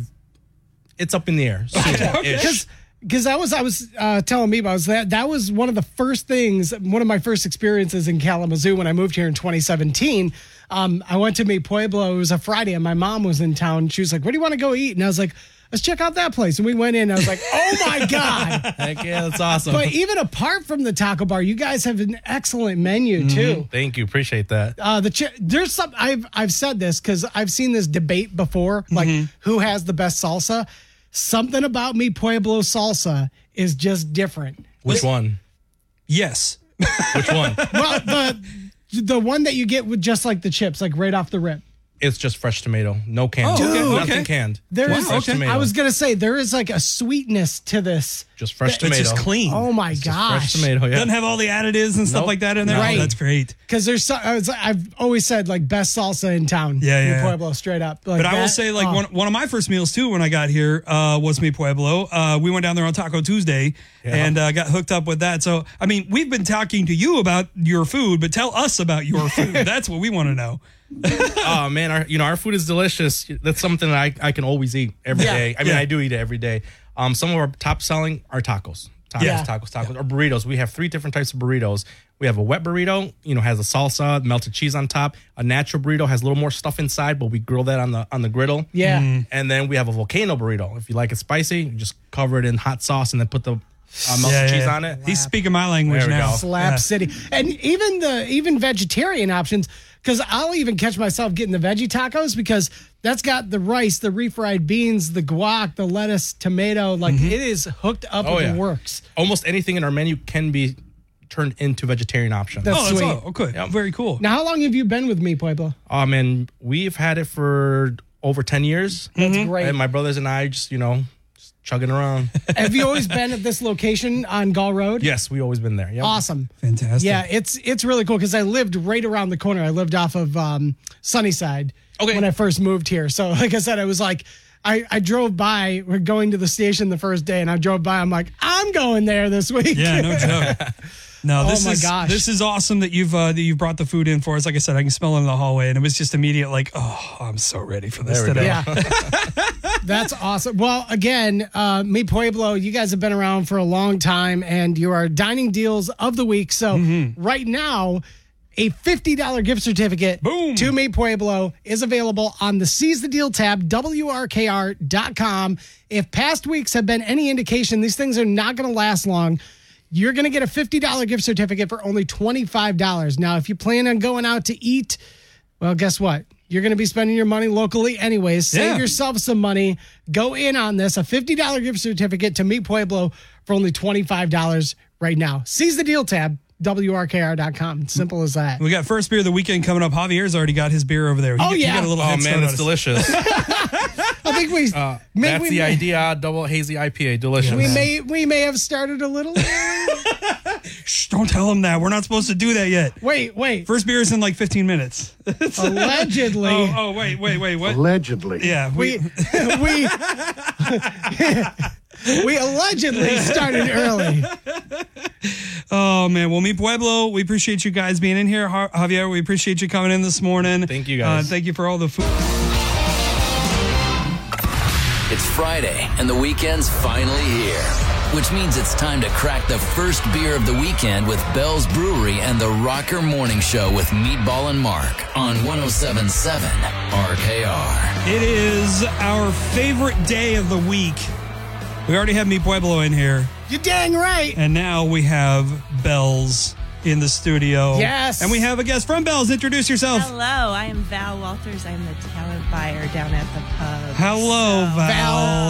It's up in the air.
Because because that was I was uh, telling me about that that was one of the first things one of my first experiences in Kalamazoo when I moved here in 2017. Um, I went to Mi Pueblo. It was a Friday, and my mom was in town. She was like, "Where do you want to go eat?" And I was like, "Let's check out that place." And we went in. And I was like, "Oh my god!"
Heck yeah, that's awesome.
But even apart from the taco bar, you guys have an excellent menu
Mm-hmm.
too.
Thank you. Appreciate that.
Uh, the chi- there's some I've I've said this because I've seen this debate before, like
Mm-hmm.
who has the best salsa. Something about me Pueblo salsa is just different.
Which one?
yes.
Which one?
Well, the the one that you get with just like the chips, like right off the rip.
it's just fresh tomato. No canned.
Oh, okay, okay.
Nothing canned.
There
Just
is.
fresh tomato.
I was gonna say there is like a sweetness to this.
just fresh tomato.
It's just clean.
Oh my
Just
gosh!
fresh tomato. Yeah.
Doesn't have all the additives and stuff
Nope.
like that in there.
Right.
Oh, that's great.
Because there's so, I was, I've always said like best salsa in town.
Yeah,
Mi
yeah, yeah.
Pueblo straight up. Like
But I will
that-
say, like
oh.
one, one of my first meals too, when I got here, uh, was Mi Pueblo. Uh, we went down there on Taco Tuesday and uh, got hooked up with that. So, I mean, we've been talking to you about your food, but tell us about your food. That's what we want to know.
oh man, our you know our food is delicious. That's something that I, I can always eat every day.
Yeah.
I mean,
Yeah.
I do eat it every day. Um, some of our top selling are tacos, tacos,
Yeah.
tacos, tacos, or burritos. We have three different types of burritos. We have a wet burrito, you know, has a salsa, melted cheese on top. A natural burrito has a little more stuff inside, but we grill that on the on the griddle.
Yeah.
Mm-hmm.
Mm.
And then we have a volcano burrito. If you like it spicy, you just cover it in hot sauce and then put the uh,
Yeah,
melted
yeah,
cheese
yeah.
on it.
He's speaking my language
There we
now.
go.
slap city and even the even vegetarian options because i'll even catch myself getting the veggie tacos because that's got the rice the refried beans the guac the lettuce tomato like
Mm-hmm.
it is hooked up
Oh,
with
yeah.
the works
Almost anything in our menu can be turned into vegetarian options.
That's
Oh, that's
sweet.
all. Okay,
Yep.
very cool.
now how long have you been with me pueblo
Um, and we've had it for over 10 years.
that's great
And my brothers and I just, you know, just chugging around.
have you always been at this location on gall road
yes, we always been there. Yep.
awesome
Fantastic.
yeah it's it's really cool because i lived right around the corner i lived off of um sunnyside
Okay.
when i first moved here so like i said i was like I, I drove by we're going to the station the first day and i drove by i'm like i'm going there this week
Yeah, no joke. No, this
Oh my
is
gosh.
this is awesome that you've uh, that you've brought the food in for us. Like I said, I can smell it in the hallway, and it was just immediate. Like, oh, I'm so ready for this
There we
today.
yeah that's awesome well again uh me pueblo you guys have been around for a long time and you are dining deals of the week so right now a $50 gift certificate
Boom.
to me pueblo is available on the seize the deal tab wrkr.com if past weeks have been any indication these things are not going to last long you're going to get a $50 gift certificate for only $25 now if you plan on going out to eat well, guess what? You're going to be spending your money locally anyways. Save
Yeah.
yourself some money. Go in on this. A $50 gift certificate to Me Pueblo for only $25 right now. Seize the deal tab, WRKR.com. Simple as that.
We got first beer of the weekend coming up. Javier's already got his beer over there. You
Oh,
get- you
yeah.
got a little
Oh
head start on
man, it's
us.
delicious.
I think we, may,
That's
we,
the
may-
idea. Double hazy IPA, delicious.
we may we may have started a little.
Shh, don't tell him that. We're not supposed to do that yet.
wait, wait.
First beer is in like 15 minutes.
Allegedly.
Oh, oh, wait, wait, wait. What?
Allegedly.
Yeah,
we
we
we We allegedly started early.
Oh man, well, mi pueblo, we appreciate you guys being in here, Har- Javier. We appreciate you coming in this morning.
Thank you, guys.
Uh, thank you for all the food.
It's Friday, and the weekend's finally here, which means it's time to crack the first beer of the weekend with Bell's Brewery and the Rocker Morning Show with Meatball and Mark on 1077 RKR.
It is our favorite day of the week. We already have mi pueblo in here,
You're dang right.
and now we have Bells in the studio.
Yes.
and we have a guest from Bells. Introduce yourself.
Hello, I am Val Walters. I'm the talent buyer down at the pub.
Hello, Val.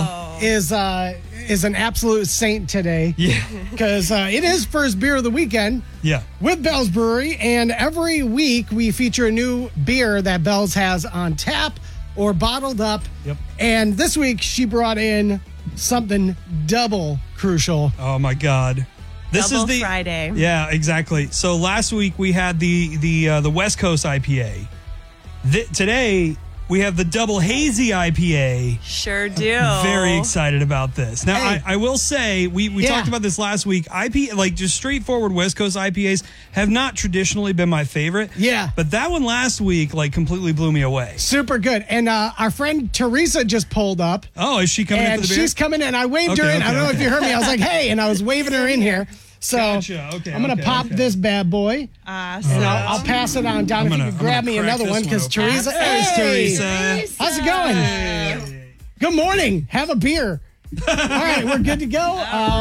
Val is uh, is an absolute saint today
Yeah,
because uh, it is first beer of the weekend.
yeah.
with Bell's Brewery, and every week we feature a new beer that Bell's has on tap or bottled up.
Yep.
And this week she brought in something double crucial.
Oh my God. This
Double
is the
Friday.
Yeah, exactly. So last week we had the the uh, the West Coast IPA. Th- today we have the double hazy IPA.
Sure do.
Very excited about this. Now
Oh. Hey.
I, I will say we, we
Yeah.
talked about this last week. IP like just straightforward West Coast IPAs have not traditionally been my favorite.
Yeah.
but that one last week like completely blew me away.
Super good. And uh, our friend Teresa just pulled up.
Oh, is she coming in
and
for the beer?
she's coming in. I waved her
Okay,
in. I
okay,
don't know if
okay.
you heard me. I was like, hey, and I was waving her in here. So
Gotcha. Okay,
I'm gonna
okay,
pop
okay.
this bad boy.
Awesome.
I'll pass it on down.
gonna-
if you
I'm
could grab
gonna
me
crack
another
this
one because
one open.
Teresa.
There's
Hey!
uh, Teresa.
How's it going? Good morning. Have a beer. All right, we're good to go. All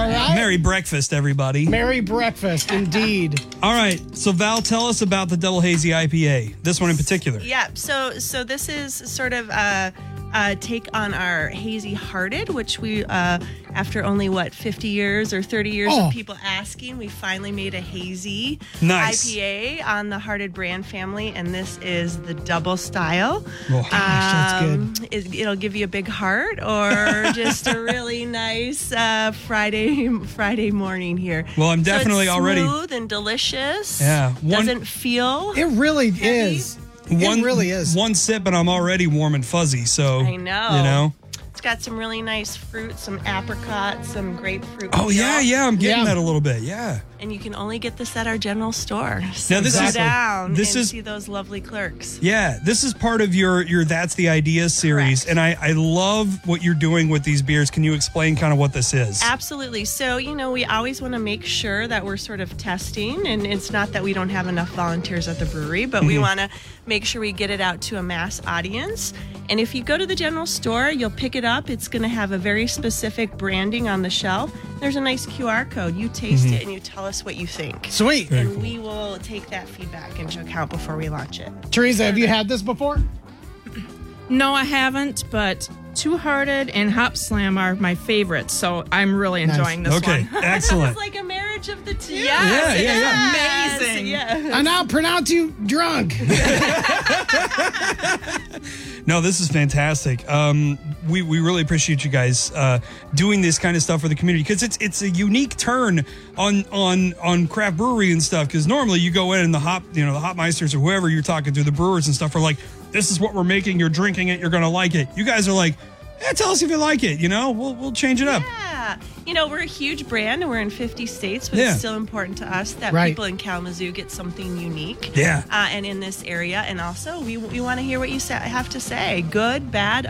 right.
Merry breakfast, everybody.
Merry breakfast, indeed.
All right, so Val, tell us about the double hazy IPA. This one in particular.
Yeah. So so this is sort of a, a take on our hazy hearted, which we uh, after only what fifty years or thirty years
Oh.
of people asking, we finally made a hazy
Nice.
IPA on the hearted brand family, and this is the double style. Um,
Oh, gosh,
that's good.
It, it'll give you a big heart or just a really nice uh, Friday Friday morning here.
Well, I'm
So it's
definitely already-
smooth and delicious.
Yeah, one-
doesn't feel
It really is.
One,
it really is.
One sip and I'm already warm and fuzzy. So
I know.
You know.
It's got some really nice fruit, some apricot, some grapefruit.
Oh yeah,
peel,
yeah. I'm getting
Yeah.
that a little bit. Yeah.
And you can only get this at our general store. So
Now, this
go
is-
down
this
and
is-
see those lovely clerks.
Yeah, this is part of your your That's the Idea series,
Correct.
and I I love what you're doing with these beers. Can you explain kind of what this is?
Absolutely. So, you know, we always want to make sure that we're sort of testing, and it's not that we don't have enough volunteers at the brewery, but
Mm-hmm.
we want to make sure we get it out to a mass audience. And if you go to the general store, you'll pick it up. It's going to have a very specific branding on the shelf. There's a nice QR code. You
Mm-hmm.
taste it and you tell us what you think.
Sweet.
and we will take that feedback into account before we launch it.
Teresa, have you had this before?
No, I haven't, but Two Hearted and Hop Slam are my favorites, so I'm really enjoying this
Okay,
one.
excellent.
It's like a marriage of the two.
Yes,
Yeah, yeah, yeah.
Yes,
amazing.
yes.
I now pronounce you drunk.
No, this is fantastic. Um, we we really appreciate you guys uh, doing this kind of stuff for the community because it's it's a unique turn on on on craft brewery and stuff. Because normally you go in and the hop you know the hopmeisters or whoever you're talking to the brewers and stuff are like, this is what we're making. You're drinking it. You're gonna like it. You guys are like, eh, tell us if you like it. You know, we'll we'll change it up.
Yeah. You know, we're a huge brand and we're in 50 states, but
Yeah.
it's still important to us that
Right.
people in Kalamazoo get something unique.
Yeah.
Uh, and in this area. And also, we, we want to hear what you sa- have to say good, bad,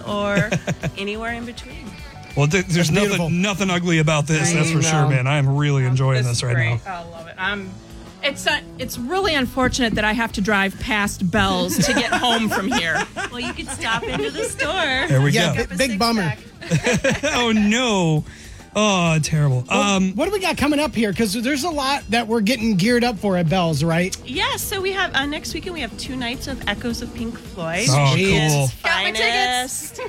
or anywhere in between.
Well, th- there's nothing
beautiful.
nothing ugly about this. That's for sure, man. I am really enjoying this
is
right now.
great. I love it. I'm. It's uh, it's really unfortunate that I have to drive past Bell's to get home from here.
Well, you could stop into the store.
There we
Yeah,
go.
b- big bummer.
oh no. Oh, terrible. Um,
what do we got coming up here? Because there's a lot that we're getting geared up for at Bell's, right?
Yeah, so we have uh, next weekend we have two nights of Echoes of Pink Floyd.
Oh,
which is
cool.
Got my
Finest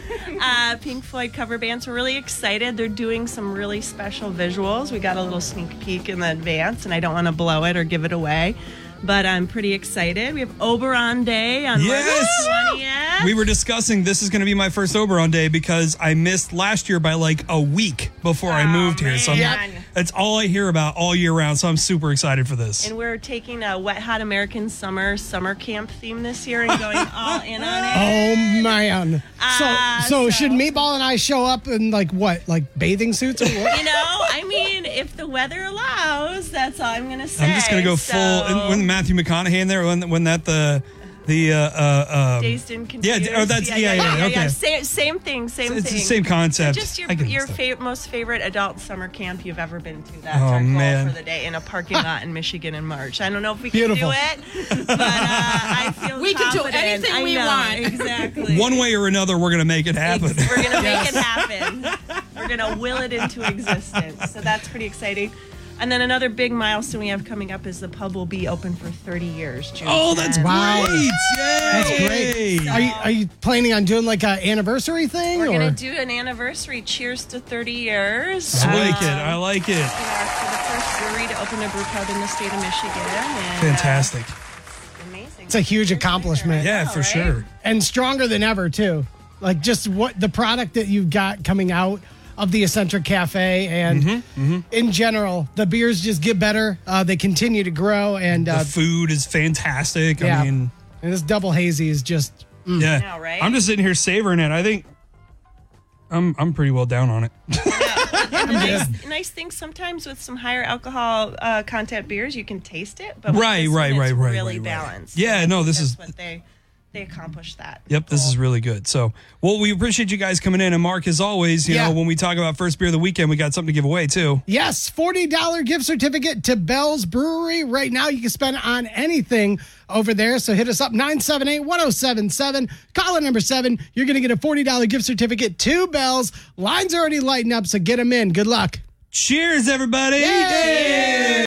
uh, Pink Floyd cover bands. We're really excited. They're doing some really special visuals. We got a little sneak peek in the advance, and I don't want to blow it or give it away, but I'm pretty excited. We have Oberon Day on
Yes!
March 20th.
We were discussing this is going to be my first Oberon day because I missed last year by like a week. before I moved here. So I'm,
Oh, man.
that's all I hear about all year round. So I'm super excited for this.
And we're taking a Wet Hot American Summer summer camp theme this year and going all in on it.
Oh man! So,
Ah,
so
so-
should Meatball and I show up in like what, like bathing suits or what?
You know, I mean, if the weather allows, that's all I'm going to say.
I'm just gonna go
So,
full. And when Matthew McConaughey in there, when when that the the uh, uh, um,
Dazed and confused.
oh, that's- yeah, yeah, okay.
Same, same thing, same
it's the
thing.
same concept.
Just your
I get
your
this.
fa- most favorite adult summer camp you've ever been to. That's
Oh,
our goal
man.
for the day in a parking lot in Michigan in March. I don't know if we
Beautiful.
can do it, but uh, I feel
We can do
confident.
anything
I
we
know,
want.
Exactly.
one way or another, we're gonna make it happen.
Ex- We're gonna make it happen. We're gonna will it into existence. So that's pretty exciting. And then another big milestone we have coming up is the pub will be open for 30 years. June
oh, that's
10th.
Wow.
great! Yay.
That's great. Are you are you planning on doing like a anniversary thing?
We're
or?
gonna do an anniversary. Cheers to 30 years.
I
Um,
like it. I like it.
you know, for the first brewery to open a brew pub in the state of Michigan. And, uh,
Fantastic.
amazing.
It's a huge accomplishment.
Yeah, for
right?
sure.
and stronger than ever too. Like just what the product that you've got coming out of the Eccentric Cafe and
Mm-hmm,
in general, the beers just get better. Uh, they continue to grow and uh,
the food is fantastic.
yeah.
I mean,
and this double hazy is just
yeah.
know, right?
I'm just sitting here savoring it. I think I'm I'm pretty well down on it.
nice, nice thing sometimes with some higher alcohol uh, content beers, you can taste it. But with
Right,
this one,
right,
it's
right, right,
Really
right, right.
balanced.
Yeah,
And I
no,
think
this
that's
is-
what they they accomplished that.
Yep, this is really good. So, well, we appreciate you guys coming in. And Mark, as always, you
Yeah.
know, when we talk about first beer of the weekend, we got something to give away too.
Yes, $40 gift certificate to Bell's Brewery. Right now, you can spend on anything over there. So hit us up 978 1077, caller number seven. You're going to get a $40 gift certificate to Bell's. Lines are already lighting up, so get them in. Good luck.
Cheers, everybody!
Yay!